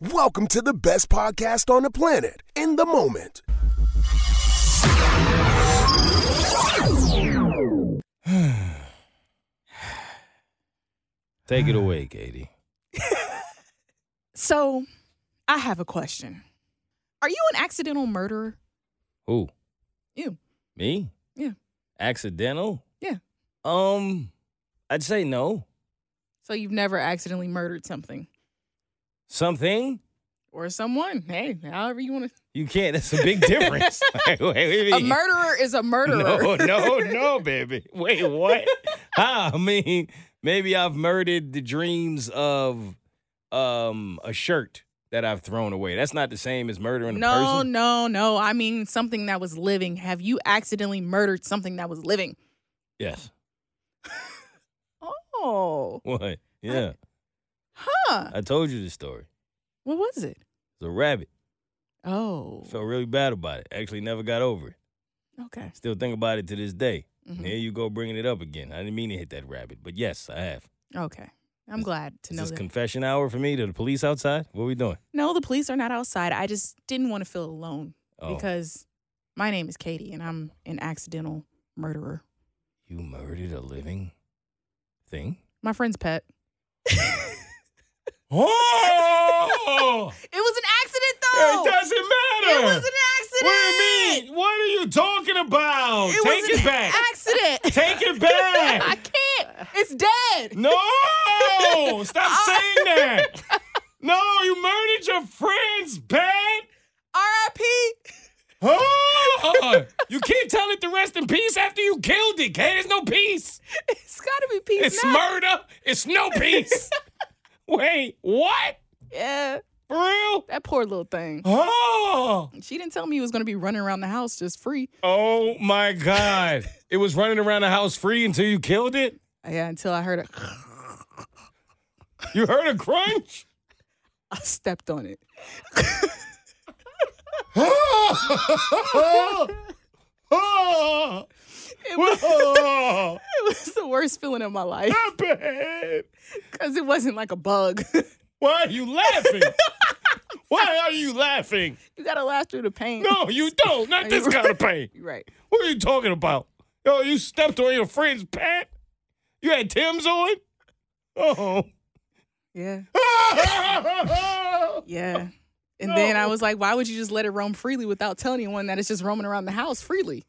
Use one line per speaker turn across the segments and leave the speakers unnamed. Welcome to the best podcast on the planet, In the Moment.
Take
Ah.
it away, Katie.
So, I have a question. Are you an accidental murderer?
Who?
You.
Me?
Yeah.
Accidental?
Yeah.
Um, I'd say no.
So you've never accidentally murdered something
Something?
or someone? Hey, however you want
You can't. That's a big difference. Like, wait, wait,
to. A
wait.
murderer is a
No,
murderer.
no, no, baby. Wait, what? I mean, maybe I've murdered the dreams of um a shirt that I've thrown away. That's not the same as murdering a
no,
person.
no, no. I mean something that was living. Have you accidentally murdered something that was living?
Yes.
Oh,
What? Yeah.
huh.
I told you the story.
What was it?
It's a rabbit.
Oh,
Felt really bad about it. Actually, never got over it.
okay.
Still think about it to this day.
Mhm.
Here you go bringing it up again. I didn't mean to hit that rabbit, but yes, I have.
Okay. I'm
Is-
glad to
Is
know
this
that.
confession hour for me to the police outside? What we doing?
no, the police are not outside. I just didn't want to feel alone
Oh,
because my name is Katie and I'm an accidental murderer.
you murdered a living thing?
My friend's pet.
Oh!
It was an accident,
it
though.
doesn't matter.
It was an accident.
what do you mean? What are you talking about?
It
Take
was
it
an
back.
Accident.
Take it
I
back.
can't. It's dead.
no! Stop saying that. No, you murdered your friend's pet.
R.I.P.
Oh! you can't tell it to rest in peace after you killed it, Kay. There's no peace.
It's gotta be peace
It's
now.
murder. It's no peace. Wait, what?
yeah,
For real?
that poor little thing.
Oh!
She didn't tell me he was gonna be running around the house just free.
Oh my God. it was running around the house free until you killed it?
Yeah, until I heard a,
You heard a crunch?
I stepped on it.
oh!
It was,
Oh!
it was the worst feeling of my life
Stop it!
because it wasn't like a bug.
Why are you laughing? Why are you laughing?
you gotta laugh through the pain.
No, you don't. Not this kind of pain.
You're right.
What are you talking about? Yo, you stepped on your friend's pet? You had Tim's on? Oh.
Yeah. Yeah. And then I
No.
was like, why would you just let it roam freely without telling anyone that it's just roaming around the house freely?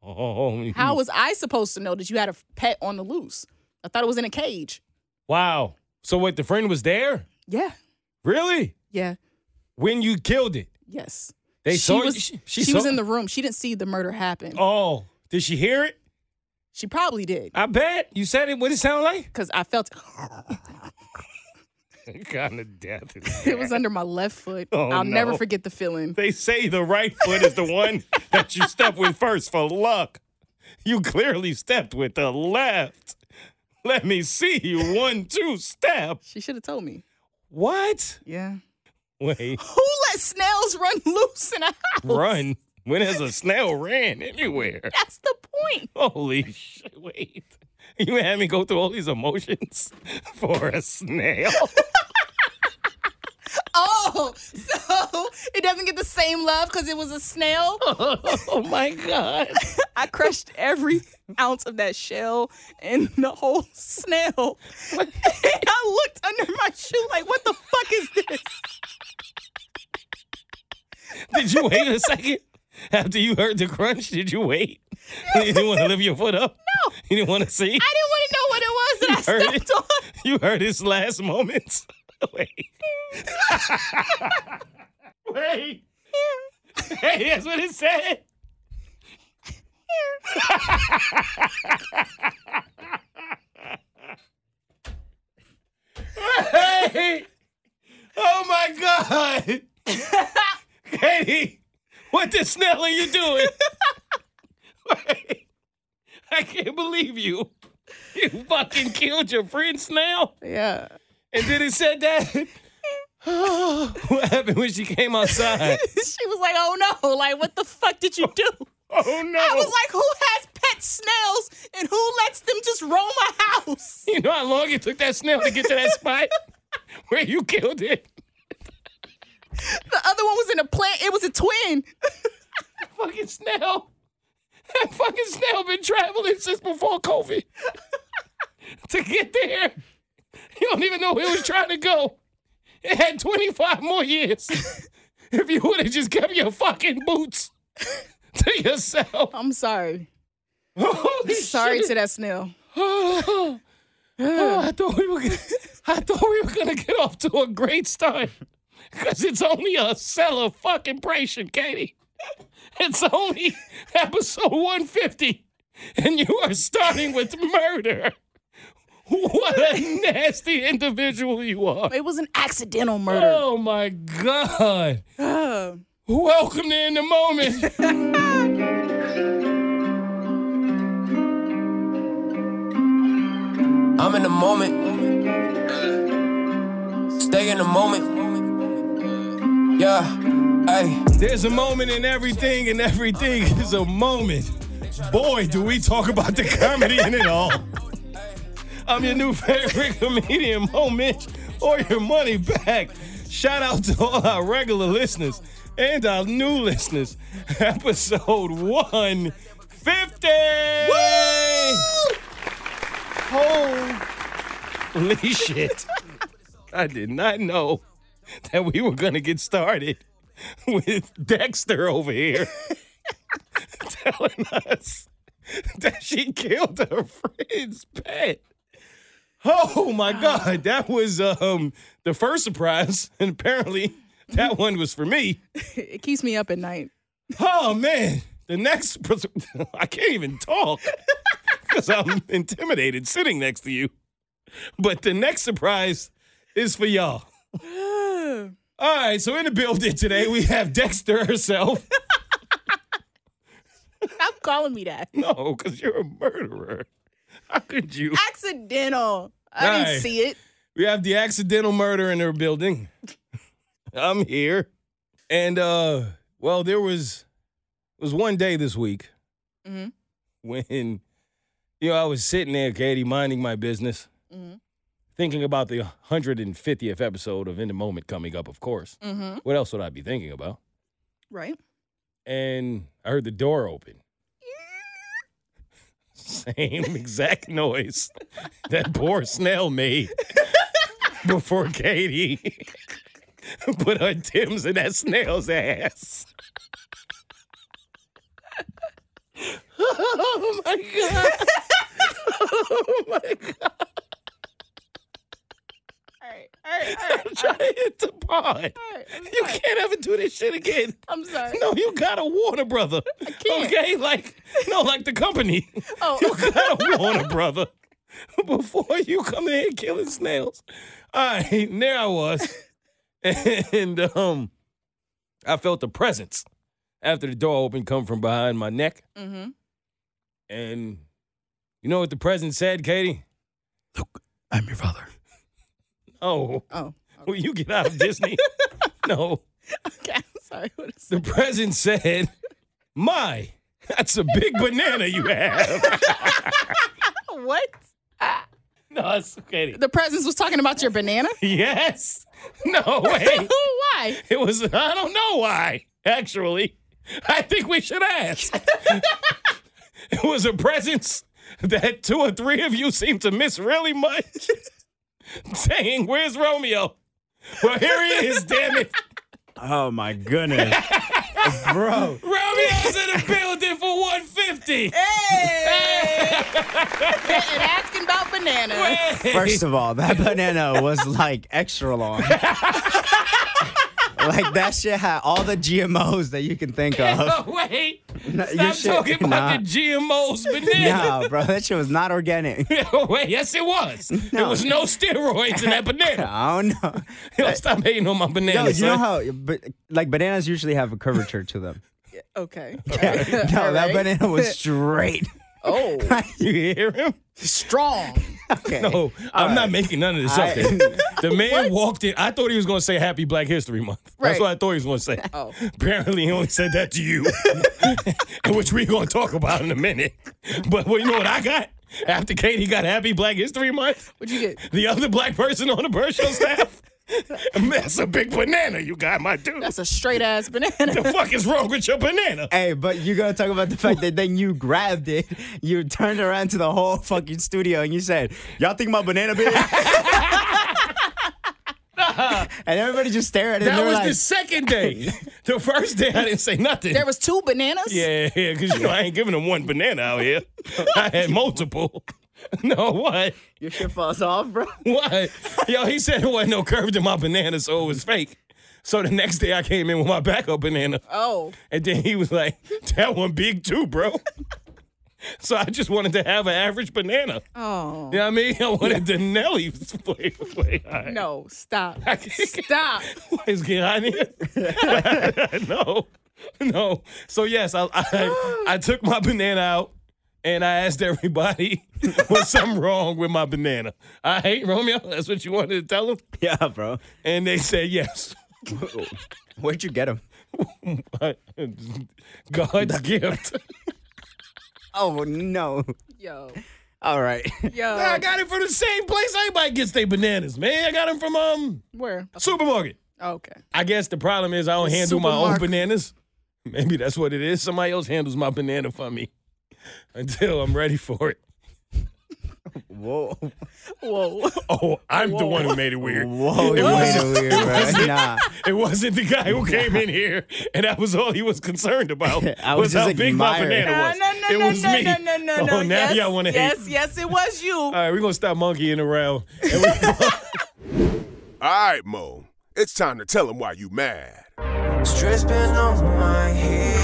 oh.
How was I supposed to know that you had a pet on the loose? I thought it was in a cage.
Wow. So what, the friend was there?
Yeah.
Really?
Yeah.
When you killed it?
Yes.
They
she
saw
was,
she,
she,
she
was
saw-
in the room. She didn't see the murder happen.
Oh. Did she hear it?
She probably did
I bet. You said it. What it sound like?
because I felt
kind of death. is
it was
that?
under my left foot.
Oh,
I'll never
no.
forget the feeling.
They say the right foot is the one that you step with first for luck. You clearly stepped with the left. Let me see you one, two, step.
She should have told me.
What?
Yeah.
Wait,
Who let snails run loose in a house?
run. When has a snail ran anywhere?
That's the point.
Holy shit, wait. You had me go through all these emotions for a snail.
Oh, so it doesn't get the same love because it was a snail.
oh my God.
I crushed every ounce of that shell and the whole snail. And I looked under my shoe like, what the fuck is this?
Did you wait a second? After you heard the crunch, did you wait? You didn't want to lift your foot up? No. You didn't want to see?
I didn't want to know what it was that
You
I
heard it?
stepped on.
You heard his last moments. Wait. Wait. Hey, that's what it said. hey. Oh my God. Katie, what the snell are you doing? Wait. I can't believe you. You fucking killed your friend Snail,
Yeah.
and then it said that. what happened when she came outside?
She was like, oh no, like, what the fuck did you do?
Oh no!
I was like, who has pet snails and who lets them just roam my house?
you know how long it took that snail to get to that spot where you killed it?
wasn't a plant. It was a twin.
fucking snail. That fucking snail been traveling since before COVID to get there. You don't even know where it was trying to go. It had 25 more years. If you would have just kept your fucking boots to yourself.
I'm sorry.
Holy
Sorry
shit.
to that snail.
Oh, oh, I thought we were gonna, I thought we were gonna get off to a great start because it's only a seller fucking pration, Katie. It's only episode 150, and you are starting with murder. What a nasty individual you are.
It was an accidental murder.
Oh my God.
Ugh.
Welcome to In the Moment.
I'm in the moment. Stay in the moment. Yeah, hey.
There's a moment in everything, and everything is a moment. Boy, do we talk about the comedy in it all. I'm your new favorite comedian, Mo Mitch, or your money back. Shout out to all our regular listeners and our new listeners. Episode 150! Holy shit. I did not know that we were going to get started with Dexter over here telling us that she killed her friend's pet. Oh my god, that was um the first surprise, and apparently that one was for me.
It keeps me up at night.
Oh man, the next pers- I can't even talk because I'm intimidated sitting next to you. But the next surprise is for y'all. All right, so in the building today we have Dexter herself.
Stop calling me that.
No, because you're a murderer. How could you?
Accidental. I
Right.
didn't see it.
We have the accidental murder in her building. I'm here. And uh, well, there was was one day this week
Mhm.
when you know I was sitting there, Katie, minding my business,
Mhm.
thinking about the 150th episode of In the Moment coming up, of course.
Mm-hmm.
What else would I be thinking about?
Right.
And I heard the door open. Same exact noise that poor snail made before Katie put her Tim's in that snail's ass. oh my god! Oh my god!
All right. All right. All
I'm trying to hit the pod.
All right. I'm
You
sorry.
can't ever do this shit again.
I'm sorry.
No, you gotta warn a brother.
can't.
Okay, like no, like the company. You
Oh,
gotta warn a brother before you come in here killing snails. All right, and there I was, and um, I felt the presence after the door opened come from behind my neck,
mm-hmm.
and you know what the presence said, Katie?
I'm your father.
Oh,
oh.
will you get out of Disney? no,
Okay. I'm sorry. What is
the present said, "My, that's a big banana you have."
What?
no, that's Katie.
The presence was talking about your banana?
Yes. No way.
Why?
It was, I don't know why, actually. I think we should ask. it was a presence that two or three of you seem to miss really much. Saying, Where's Romeo? Well, here he is, damn it.
Oh my goodness. Bro,
Romeo's in the building for 150.
Hey! and asking about banana.
first of all, that banana was like extra long. like that shit had all the GMOs that you can think of.
Oh, wait.
Nah, your
Stop talking about
nah,
the GMO's banana.
Nah, bro, that shit was not organic.
wait, yes, it was. There
No.
was no steroids in that banana.
I don't know.
Yo, stop hating on my banana.
Yo, you know
son.
how but, like bananas usually have a curvature to them.
Okay.
no,
All
that
right.
banana was straight.
Oh,
You hear him?
strong.
Okay.
No, I'm not making none of this up.
I-
There. The man walked in. I thought he was going to say Happy Black History Month. That's
Right.
what I thought he was going to say.
Oh.
Apparently, he only said that to you, which we're going to talk about in a minute. But well, you know what I got? After Katie got Happy Black History Month,
What'd you get?
the other black person on the Bird Show staff That's a big banana you got, my dude.
That's a straight ass banana.
the fuck is wrong with your banana?
Hey, but you're gonna talk about the fact that then you grabbed it, you turned around to the whole fucking studio, and you said, "Y'all think my banana big?" and everybody just stared at it. and
That
they were
was
like,
the second day. the first day I didn't say nothing.
There was two bananas.
yeah, yeah, because you know I ain't giving them one banana out here. I had multiple. No, what?
"Your shit falls off, bro."
What? Yo, he said it wasn't no curve to my banana, so it was fake. So the next day I came in with my backup banana.
Oh,
And then he was like, that one big too, bro. so I just wanted to have an average banana.
oh
You know what I mean? I wanted the Nelly flavor. Wait, all right.
no! Stop!
can't-
Stop!
What is going on here? no, no. So yes, I, I I took my banana out and I asked everybody was something wrong with my banana. I hate Romeo. That's what you wanted to tell them,
Yeah, bro.
and they said yes.
Where'd you get him?
God's gift.
Oh no!
Yo,
All right.
yo,
I got it from the same place everybody gets their bananas, man. I got them from um
where? Oh,
supermarket.
Okay.
I guess the problem is I don't handle my own
supermarket.
bananas. Maybe that's what it is. Somebody else handles my banana for me until I'm ready for it.
Whoa!
Whoa.
Oh, I'm the one who made it weird.
Whoa! You made it weird, bro. Nah.
It wasn't the guy who came in here, and that was all he was concerned about.
I was
how
just
big my
admiring.
banana
Ah,
was. it was me. oh, now y'all want to hate.
Yes, yes, it was you.
All right, we're gonna stop monkeying around. And we-
All right, Mo. It's time to tell them why you mad.
Stress been on my head.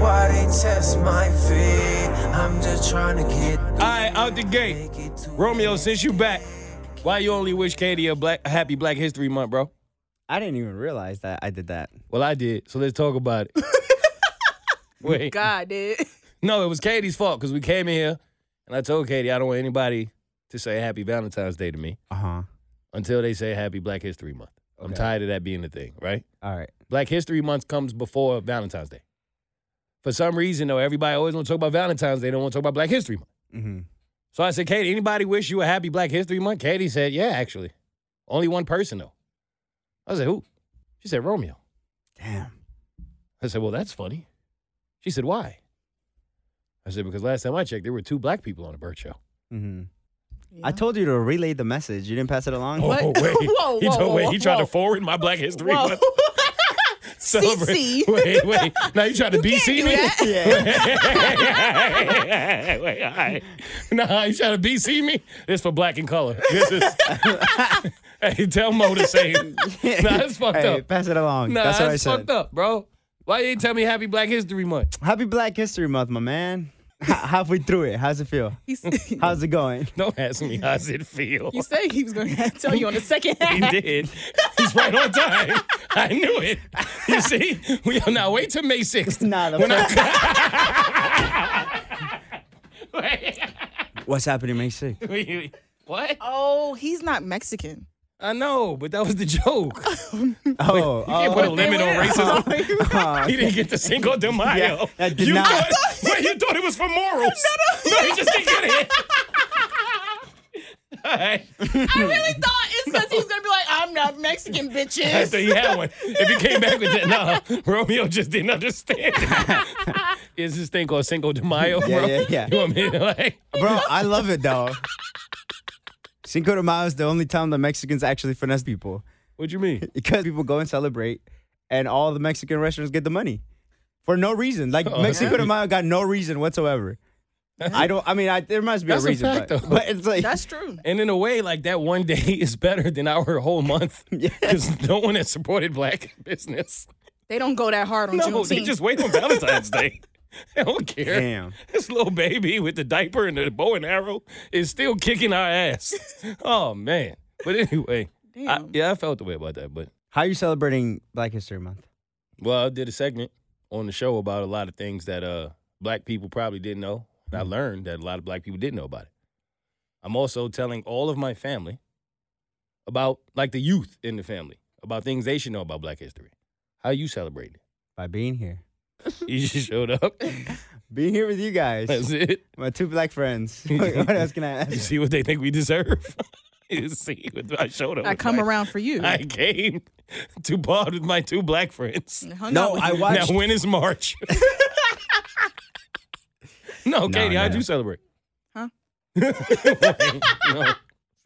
Why they test my feet? I'm just trying to get.
all right, out the gate, Romeo. Since you back, why you only wish Katie a black a happy Black History Month, bro?
I didn't even realize that I did that.
Well, I did. So let's talk about it. Wait.
God did.
No, it was Katie's fault because we came in here and I told Katie I don't want anybody to say Happy Valentine's Day to me
Uh huh.
until they say Happy Black History Month. I'm
Okay.
tired of that being a thing, right?
All right.
Black History Month comes before Valentine's Day. For some reason, though, everybody always want to talk about Valentine's Day. They don't want to talk about Black History Month.
Mm-hmm.
So I said, Katie, anybody wish you a Happy Black History Month? Katie said, Yeah, actually, only one person though. I said, Who? She said, Romeo.
Damn.
I said, Well, that's funny. She said, Why? I said, Because last time I checked, there were two black people on the bird show.
Mm-hmm. I told you to relay the message. You didn't pass it along.
Oh,
What?
wait.
Whoa,
he
whoa,
told,
whoa,
wait, he tried to
whoa.
forward my Black History
Whoa.
Month celebration.
CC.
Wait, wait. Now you trying to BC me?
Yeah.
wait, all right. Nah, you trying to BC me? This for black and color. This is. hey, tell Mo to say it. Nah, that's fucked
hey,
up.
Pass it along.
Nah,
that's
that's,
what I
fucked
said.
up, bro. Why you ain't tell me Happy Black History Month?
Happy Black History Month, my man. H- halfway through it. How's it feel?
He, s-
How's it going?
Don't ask me how's it feel.
he said he was going to tell you on the second
He
half.
did. He's right on time. I knew it. You see, we are now wait till May sixth.
Nah, the
When I-
What's happening, May 6th?
what?
Oh, he's not Mexican.
I know, but that was the joke.
Oh,
Can't
oh,
put a limit on racism.
oh,
He didn't get the Cinco de Mayo.
Yeah, I did
you
not.
Thought, wait, you thought it was for morals? No, no, he just didn't get it. All right.
I really thought it's because he was going to be like, I'm not Mexican,
I
bitches.
thought he had one. If he came back with that, nah, Romeo just didn't understand. Is this thing called Cinco de Mayo,
Yeah,
bro?
yeah, yeah.
You know what I mean? Like,
bro, I love it though. Cinco de Mayo is the only time the Mexicans actually finesse people
what you mean?
because people go and celebrate, and all the Mexican restaurants get the money for no reason. Like
Oh,
Mexico
yeah.
de Mayo got no reason whatsoever. I don't. I mean, I, there must be
That's a
a reason,
fact,
but,
though.
but it's like
That's true.
And in a way, like that one day is better than our whole month because no one has supported black business.
They don't go that hard on
No,
Juneteenth.
they just wait on Valentine's Day. I don't care.
Damn.
This little baby with the diaper and the bow and arrow is still kicking our ass. oh man. But anyway, I,
Damn.
yeah, I felt the way about that. But
how are you celebrating Black History Month?
well, I did a segment on the show about a lot of things that uh black people probably didn't know. And I learned that a lot of black people didn't know about it. I'm also telling all of my family about like the youth in the family about things they should know about black history. How you celebrating
By being here,
it? You just showed up.
being here with you guys,
That's it.
my two black friends. what else can I
You
ask?
see what they think we deserve? You see, with my shoulder.
I
with
come
my-
around for you.
I came to bald with my two black friends.
Hung out
No,
with
I
you.
watched.
Now, when is March? no, Katie, how'd
no.
you celebrate?
Huh?
no.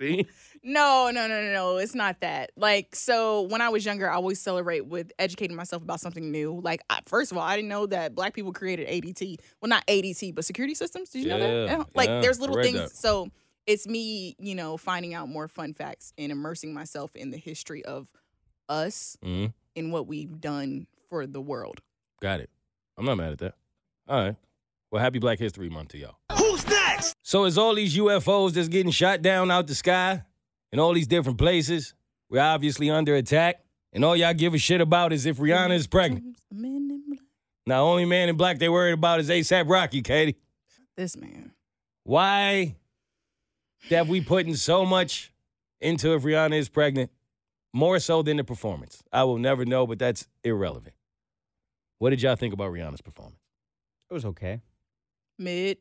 See?
No, no, no, no, no. It's not that. Like, so when I was younger, I always celebrate with educating myself about something new. Like, I, first of all, I didn't know that black people created ADT. Well, not ADT, but security systems. Did you know that?
Yeah,
Like,
yeah,
there's
I
little
read
things.
that.
So it's me, you know, finding out more fun facts and immersing myself in the history of us
Mm.
Mhm.
and what we've done for the world.
Got it. I'm not mad at that. All right. Well, happy Black History Month to y'all. Who's next? So it's all these UFOs that's getting shot down out the sky in all these different places. We're obviously under attack. And all y'all give a shit about is if Rihanna is pregnant.
Men in black.
Now, only man in black they worried about is ASAP Rocky, Katie.
This man.
Why have we putting so much into if Rihanna is pregnant? More so than the performance. I will never know, but that's irrelevant. What did y'all think about Rihanna's performance?
It was okay.
Mid.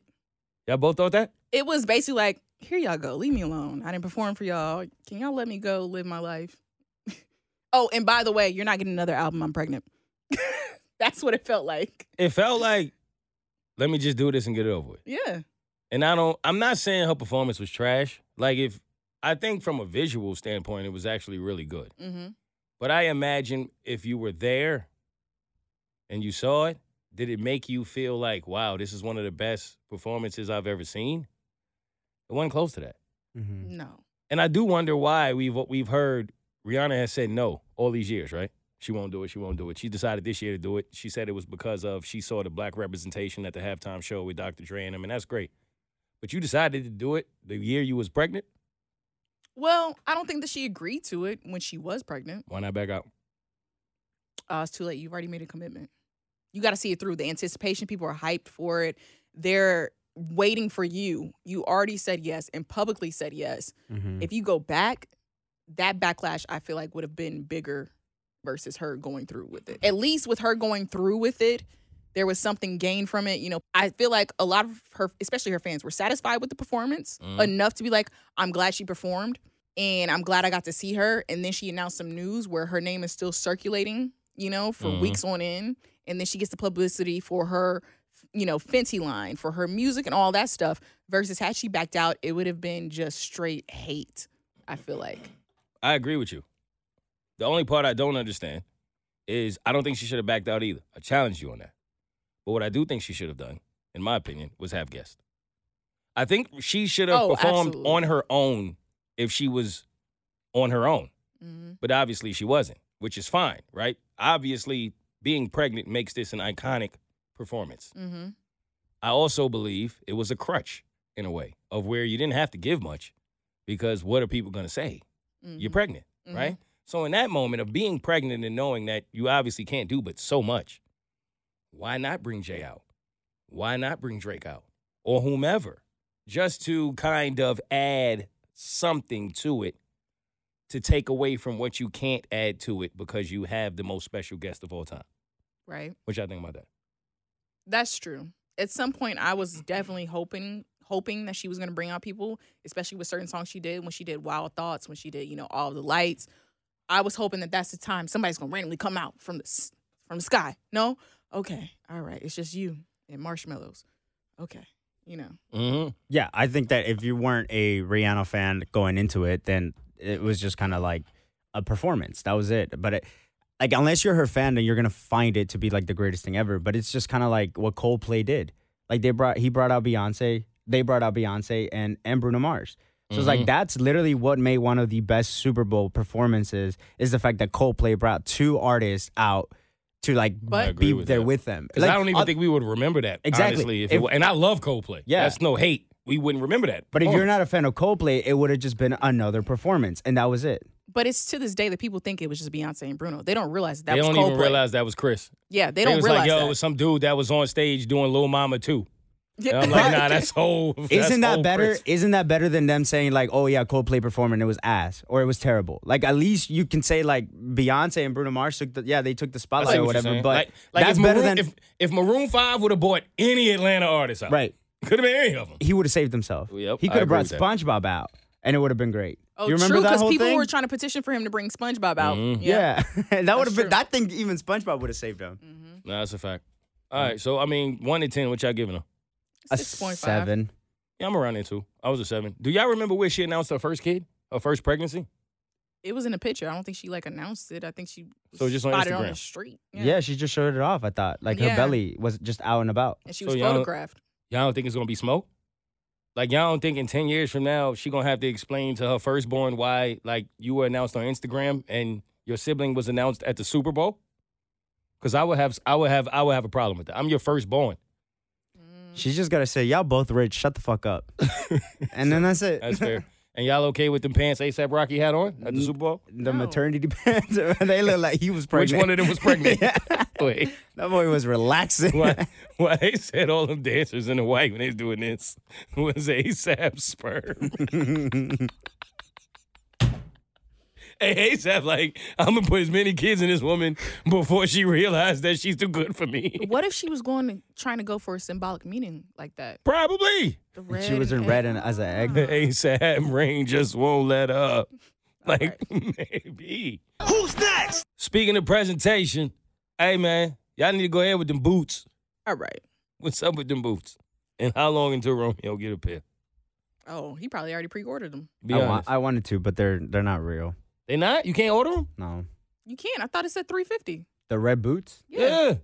Y'all both thought that?
It was basically like, here y'all go. Leave me alone. I didn't perform for y'all. Can y'all let me go live my life? oh, and by the way, you're not getting another album. I'm pregnant. That's what it felt like.
It felt like, let me just do this and get it over with.
Yeah.
And I don't, I'm not saying her performance was trash. Like, if I think from a visual standpoint, it was actually really good.
Mm-hmm.
But I imagine if you were there and you saw it, did it make you feel like, wow, this is one of the best performances I've ever seen? It wasn't close to that.
Mm-hmm.
No.
And I do wonder why we've we've heard Rihanna has said no all these years, right? She won't do it. She won't do it. She decided this year to do it. She said it was because of she saw the black representation at the halftime show with Dr. Dre and him, and that's great. But you decided to do it the year you was pregnant.
Well, I don't think that she agreed to it when she was pregnant.
Why not back out?
Uh, it's too late. You've already made a commitment. You got to see it through. The anticipation, people are hyped for it. They're waiting for you. You already said yes and publicly said yes.
Mm-hmm.
if you go back, that backlash I feel like would have been bigger versus her going through with it. At least with her going through with it, there was something gained from it. You know, I feel like a lot of her, especially her fans, were satisfied with the performance
Mhm.
enough to be like, I'm glad she performed and I'm glad I got to see her. And then she announced some news where her name is still circulating, you know, for
Mhm.
weeks on end. And then she gets the publicity for her, you know, Fenty line, for her music and all that stuff versus had she backed out, it would have been just straight hate. I feel like.
I agree with you. The only part I don't understand is I don't think she should have backed out either. I challenge you on that. But what I do think she should have done, in my opinion, was have guests. I think she should have
Oh,
performed
absolutely.
on her own if she was on her own.
Mhm.
But obviously she wasn't, which is fine, right? Obviously, being pregnant makes this an iconic performance.
Mhm.
I also believe it was a crutch in a way of where you didn't have to give much because what are people going to say?
Mhm.
You're pregnant,
Mm-hmm.
Mhm.
right? So in that moment of being pregnant and knowing that you obviously can't do but so much, why not bring Jay out? Why not bring Drake out or whomever just to kind of add something to it to take away from what you can't add to it because you have the most special guest of all time?
Right.
What y'all think about that?
That's true. At some point I
Mm-hmm.
was definitely hoping hoping that she was going to bring out people, especially with certain songs she did when she did Wild Thoughts, when she did, you know, All the Lights. I was hoping that that's the time somebody's going to randomly come out from the s- from the sky. No? Okay. All right. It's just you and marshmallows. Okay. You know.
Mm-hmm.
Yeah, I think that if you weren't a Rihanna fan going into it, then it was just kind of like a performance. That was it. But it, like, unless you're her fan, then you're gonna find it to be like the greatest thing ever. But it's just kind of like what Coldplay did. Like they brought he brought out Beyonce, they brought out Beyonce and and Bruno Mars. So it's
Mm-hmm.
like that's literally what made one of the best Super Bowl performances is the fact that Coldplay brought two artists out to like
But- I
agree
be
with
there
that.
with them.
Because
Like,
I don't even
uh,
think we would remember that.
Exactly.
Honestly, if it
If-
wa- and I love Coldplay.
Yeah.
That's no hate. We wouldn't remember that.
But if you're
Oh.
not a fan of Coldplay, it would have just been another performance, and that was it.
But it's to this day that people think it was just Beyonce and Bruno. They don't realize that
they
was
don't
Coldplay.
even realize that was Chris.
Yeah, they
They,
don't
was
realize
like, yo,
that.
it was some dude that was on stage doing Lil Mama too.
Yeah.
And I'm like, nah, that's whole. that's
Isn't that
whole
better?
Chris.
Isn't that better than them saying like, "Oh yeah, Coldplay performed and it was ass or it was terrible"? Like at least you can say like Beyonce and Bruno Mars took the yeah they took the
I see
spotlight or
what you're
whatever.
saying.
But
like, like
that's
if
better
Maroon,
than
if, if Maroon Five would have bought any Atlanta artist out,
right.
Could have been any of them.
He would have saved himself.
Yep, I
he could have
agree
brought
with that.
SpongeBob out. and it would have been great.
Oh,
you remember
true,
that
because
whole
people
thing?
were trying to petition for him to bring SpongeBob out.
Mhm.
yeah, that would have
true.
been that thing. Even SpongeBob would have saved him.
hmm
Nah, that's a fact. All right, so I mean, one to ten, what y'all giving them?
A
Six point five.
seven.
Yeah, I'm around there too. I was a seven. Do y'all remember where she announced her first kid, her first pregnancy?
It was in a picture. I don't think she like announced it. I think she was
So just on
spotted on
Instagram.
the street.
Yeah. she just showed it off. I thought like
Yeah.
her belly was just out and about.
and she
So
was
y'all-
photographed.
Y'all don't think it's gonna be smoke? Like y'all don't think in ten years from now she gonna have to explain to her firstborn why like you were announced on Instagram and your sibling was announced at the Super Bowl? Cause I would have I would have I would have a problem with that. I'm your firstborn.
She's just gotta say, y'all both rich. Shut the fuck up. and then that's it.
That's fair. and y'all okay with them pants ASAP Rocky had on at the Super Bowl?
the
No.
maternity pants. they look like he was
Which
pregnant.
one of them was pregnant?
Yeah.
Wait.
That boy was relaxing.
Why, why they said all them dancers in the white when they was doing this was ASAP sperm. hey, ASAP, like, I'm gonna put as many kids in this woman before she realized that she's too good for me.
What if she was going to trying to go for a symbolic meaning like that?
Probably.
The red
she was in
egg.
red and as an egg.
The ASAP rain just won't let up. Like, maybe. Who's next? Speaking of presentation, hey, man, y'all need to go ahead with them boots.
All right.
What's up with them boots? And how long until Romeo get a pair?
Oh, he probably already pre-ordered them.
Be
I,
honest.
wa- I wanted to, but they're they're not real.
They not? You can't order them?
No,
You can. I thought it said three fifty.
the red boots.
Yeah.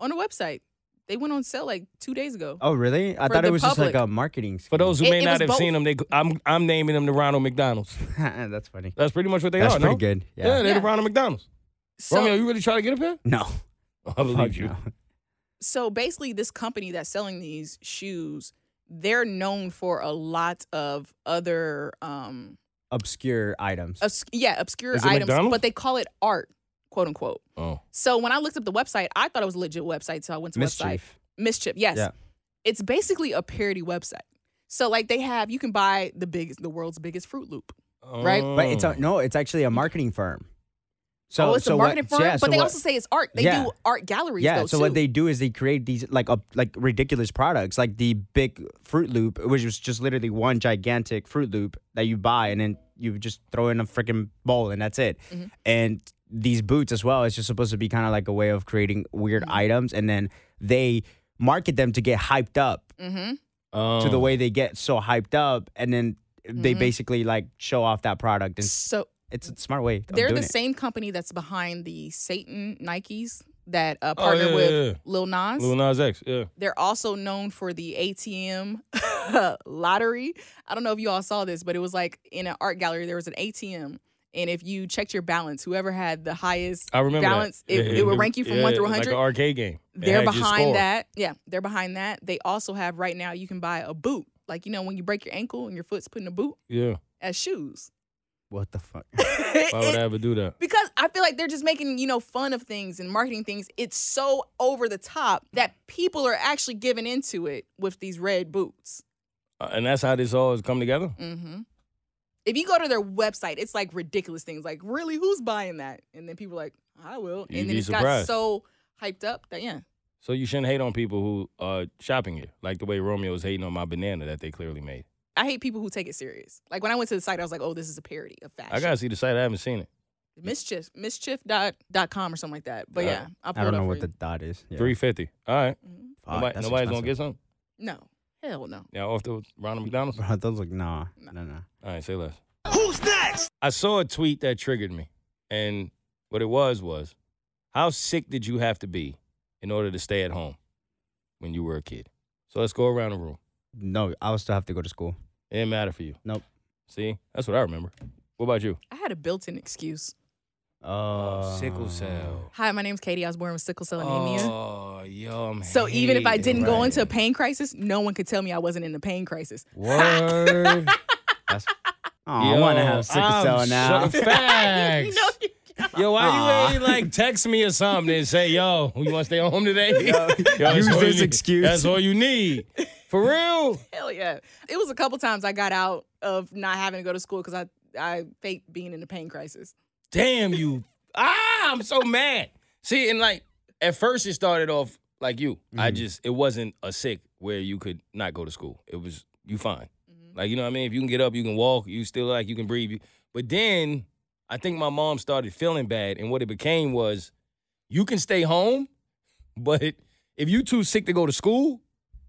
On the website, they went on sale like two days ago.
Oh, really? I
For
thought
the
it was just like
public.
a marketing. Scheme.
For those who
It-
may
it
not
was
have
both.
seen them, they, I'm I'm naming them the Ronald McDonald's.
that's funny.
That's pretty much what they
That's
are.
pretty
no?
good.
Yeah, they're
Yeah.
the
Yeah.
Ronald McDonald's.
So,
Romeo, you really try to get a pair?
No.
I believe
Oh, Fuck
you.
no.
so basically, this company that's selling these shoes, they're known for a lot of other, um,
Obscure items.
obs- yeah, obscure
Is it
items,
McDonald's?
but they call it art, quote unquote.
Oh,
So when I looked up the website, I thought it was a legit website, so I went to the website.
Mischief.
Mischief, yes.
Yeah.
It's basically a parody website. So like they have, you can buy the biggest, the world's biggest Fruit Loop.
Oh.
Right.
But it's a, no, it's actually a marketing firm. So
oh, it's
so
a
what-
marketing firm,
yeah,
but
so
they
what-
also say it's art. They
Yeah.
do art galleries.
Yeah,
though,
so
too.
what they do is they create these like up like ridiculous products, like the big Fruit Loop, which was just literally one gigantic Fruit Loop that you buy, and then you just throw in a freaking bowl, and that's it.
Mm-hmm.
And these boots as well, it's just supposed to be kind of like a way of creating weird
Mm-hmm.
items, and then they market them to get hyped up
hmm
to
Oh. Um,
the way they get so hyped up, and then
Mm-hmm.
they basically like show off that product, and
So
it's a smart way. Of
they're
doing
the
it.
same company that's behind the Satan Nikes that uh,
Oh,
partner
yeah,
with
yeah, yeah.
Lil Nas.
Lil Nas X. Yeah.
They're also known for the ATM lottery. I don't know if you all saw this, but it was like in an art gallery, there was an ATM. And if you checked your balance, whoever had the highest
I remember
balance,
that.
It,
Yeah,
it would rank you from one
yeah,
through
Like an
100.
arcade game. It
they're
had your score.
behind that. Yeah, they're behind that. They also have right now, you can buy a boot. Like, you know, when you break your ankle and your foot's put in a boot
Yeah.
as shoes.
what the fuck?
Why would I ever do that?
because I feel like they're just making, you know, fun of things and marketing things. It's so over the top that people are actually giving into it with these red boots.
Uh, and that's how this all has come together?
Mm-hmm. If you go to their website, it's like ridiculous things. Like, really, who's buying that? And then people are like, I will.
You'd
and then
be
it's
surprised.
got so hyped up that yeah.
So you shouldn't hate on people who are shopping here, like the way Romeo is hating on my banana that they clearly made.
I hate people who take it serious. Like when I went to the site, I was like, oh, this is a parody of fashion.
I gotta see the site. I haven't seen it.
mischief, mischief dot dot com or something like that. But
Uh,
yeah, I'll pull
I don't
it up
know
for
what
you.
the dot is. Yeah.
Three fifty. All right.
Mhm.
Fuck,
Nobody-
that's
nobody's gonna
expensive.
get something.
No. Hell no.
Yeah, off the Ronald McDonald's.
Bro, those look nah,
No.
no, no.
All right, say less. Who's next? I saw a tweet that triggered me, and what it was was, how sick did you have to be in order to stay at home when you were a kid? So let's go around the room.
No, I would still have to go to school.
It didn't matter for you.
Nope.
See, that's what I remember. What about you?
I had a built-in excuse.
Oh,
sickle cell.
Hi, my name's Katie. I was born with sickle cell anemia.
Oh, yo, I'm
So even if I
hating
didn't go
right
into a
now.
pain crisis, no one could tell me I wasn't in the pain crisis.
Word.
That's, oh, I want to
Yo,
have sickle
I'm
cell now.
so- Facts.
you know,
Yo, why
Aw.
you ain't like text me or something and say, yo, you want to stay home today? that's
use
all
this
you need.
excuse.
That's all you need. For real?
hell yeah. It was a couple times I got out of not having to go to school because I I faked being in the pain crisis.
Damn you. Ah, I'm so mad. See, and like, at first it started off like you. I just, it wasn't a sick where you could not go to school. It was, you fine. Like, you know what I mean? If you can get up, you can walk, you still like you can breathe. But then I think my mom started feeling bad, and what it became was you can stay home, but if you too sick to go to school,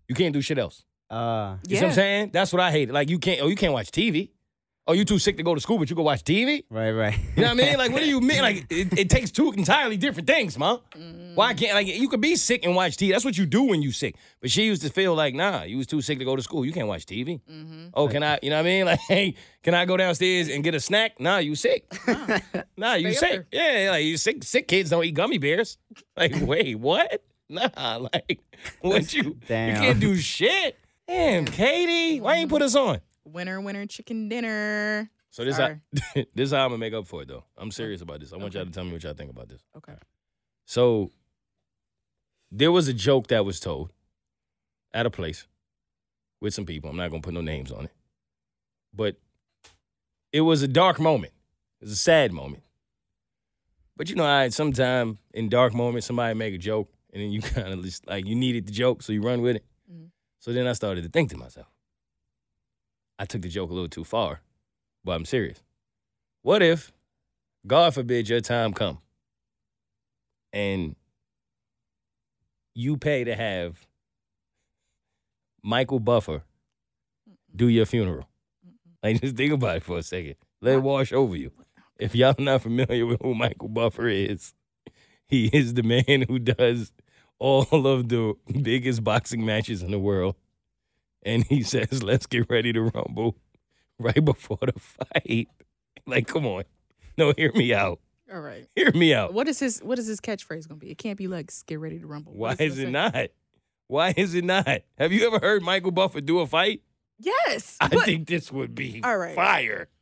you can't do shit else.
Uh,
You see what I'm saying? That's what I hate. Like you can't oh, you can't watch TV. Oh, you too sick to go to school, but you can watch TV?
right, right.
You know what I mean? Like, what do you mean? Like, it, it takes two entirely different things, mom. Why can't like you could be sick and watch TV? That's what you do when you sick. But she used to feel like, nah, you was too sick to go to school. You can't watch TV.
Mm-hmm.
Oh, can I? You know what I mean? Like, hey, can I go downstairs and get a snack? Nah, you sick. nah, you
Stay up
sick. Yeah, like you sick. Sick kids don't eat gummy bears. Like, wait, what? Nah, like, what you? You
Damn.
can't do shit. Damn, Katie, why ain't put us on?
Winner, winner, chicken dinner.
So this how, this how I'm gonna make up for it though. I'm serious about this. I want y'all to tell me what y'all think about this.
Okay.
So there was a joke that was told at a place with some people. I'm not gonna put no names on it. But it was a dark moment. It was a sad moment. But you know, I sometime in dark moments somebody make a joke and then you kind of just like you needed the joke, so you run with it.
Mhm.
So then I started to think to myself. I took the joke a little too far, but I'm serious. What if, God forbid, your time come and you pay to have Michael Buffer do your funeral. Like, just think about it for a second. Let it wash over you. If y'all not familiar with who Michael Buffer is, he is the man who does all of the biggest boxing matches in the world. And he says, let's get ready to rumble right before the fight. Like, come on. No, hear me out.
All right.
Hear me out.
What is his What is his catchphrase gonna be? It can't be like "Get ready to rumble."
Why
What
is it
gonna
not? Why is it not? Have you ever heard Michael Buffer do a fight?
say? Yes.
I
but-
think this would be
All right.
fire.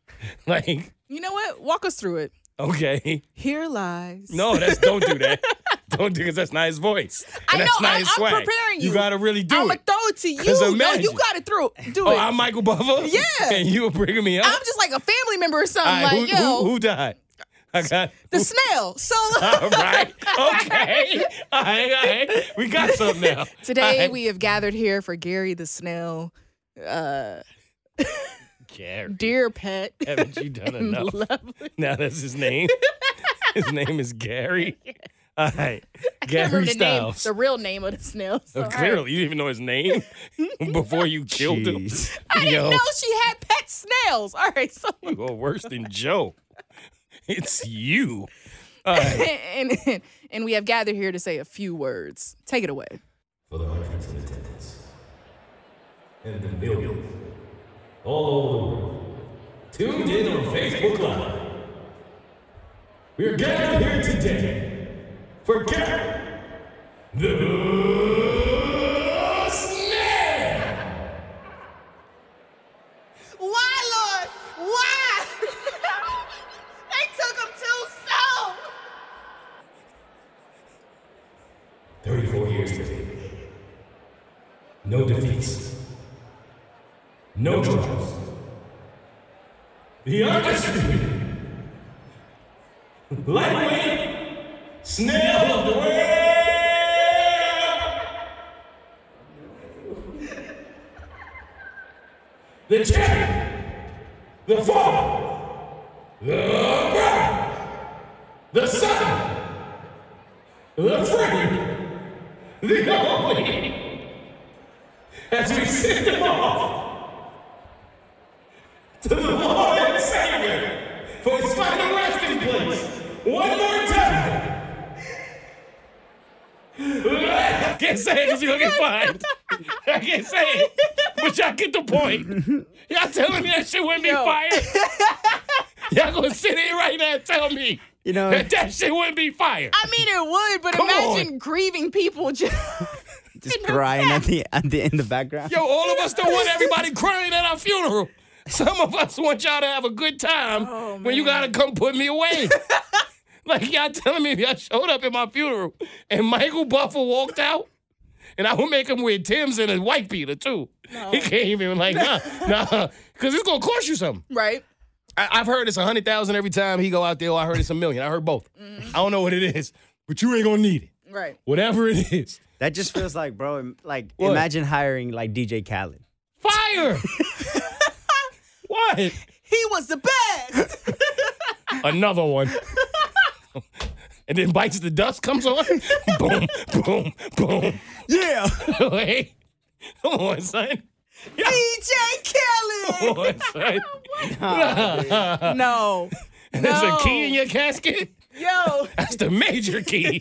Like,
you know what? Walk us through it.
okay.
Here lies.
No, that's don't do that. don't do because that's not his voice. And
I
that's
know,
not
I-
his
I'm
swag.
preparing
You
you.
gotta really do
I'm
it.
gonna throw it to you.
'Cause
No,
imagine.
you got to throw do
oh,
it.
I'm Michael Buffer.
Yeah.
And you were bringing me up.
I'm just like a family member or something.
All right,
like
who,
yo,
who, who died? I got
the snail. So
All right. Okay. All right. All right. We got something now.
today
All right.
we have gathered here for Gary the snail, uh,
Gary,
dear pet.
haven't you done
and
enough?
lovely-
Now that's his name. his name is Gary. All right.
Can't remember
Gary
the name,
Styles.
the real name of the snail. So,
Oh, clearly, you didn't even know his name before you killed him.
Jeez.
I didn't
Yo.
know she had pet snails. All right, so
You are worse than Joe. It's you. All right.
and, and and we have gathered here to say a few words. Take it away.
for the hundreds in attendance and the millions all over the world tuned in on Facebook Live. We are gathered here today for Gary the Snail.
Why, Lord? Why? they took him too soon.
34 years today. No defeats. No trials. The undisputed. Lightweight snail of the world. The champion. The father. The brother. The son. The friend the only as we send them off to the Lord and Savior for his final resting place one more time.
I can't say it because you're looking fined. I can't say it. But y'all get the point. Y'all telling me that shit wouldn't be
Yo.
fire? Y'all gonna sit here right now and tell me
You know,
that that shit wouldn't be fire.
I mean, it would, but
Come
imagine grieving people. Just
just crying at the, at the in the background.
Yo, all of us don't want everybody crying at our funeral. Some of us want y'all to have a good time when you gotta come put me away. like y'all telling me if y'all showed up at my funeral and Michael Buffer walked out, and I would make him wear Tim's and a white beater too. He can't even like nah, nah, because it's gonna cost you something.
right.
I, I've heard it's a hundred thousand every time he go out there. Or I heard it's a million. I heard both. I don't know what it is, but you ain't gonna need it.
Right.
Whatever it is,
That just feels like, bro. im- Like,
What?
imagine hiring like DJ Khaled.
fire. What?
He was the best.
Another one. and then bites the dust comes on. boom, boom, boom.
Yeah.
Wait. Come on, son.
DJ
Come
Kelly.
on, son.
no.
There's
No.
a key in your casket.
Yo.
That's the major key.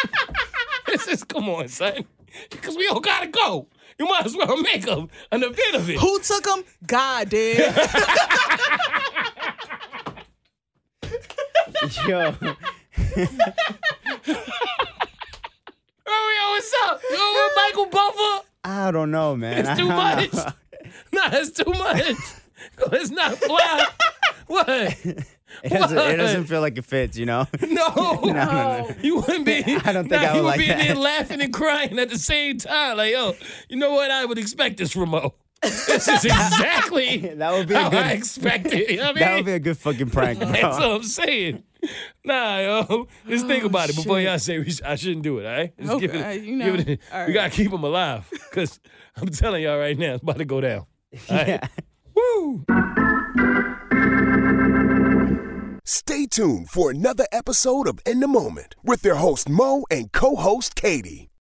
this is come on, son. Because we all gotta go. You might as well make a, an event of it.
Who took him? God did.
Yo.
Hurry on, what's up? You know what, Michael Buffer?
I don't know, man.
It's
I
too
don't
much.
know.
Nah, it's too much. It's not fly. what?
It doesn't,
What?
it doesn't feel like it fits, you know?
No. You wouldn't be.
I don't think
nah,
I would
you would
like
be in there
that.
laughing and crying at the same time. Like, yo, you know what? I would expect this remote. This is exactly
That would be a
how I
good-
expected. You know what I mean?
That would be a good fucking prank,
That's
bro.
what I'm saying. Nah, yo, just
Oh,
think about it before y'all say we sh- I shouldn't do it. All right, just give
uh,
Okay,
it.
you know,
give it
all
We
right.
gotta keep them alive because I'm telling y'all right now, it's about to go down. All right?
Yeah.
Woo!
Stay tuned for another episode of In the Moment with their host Mo and co-host Katie.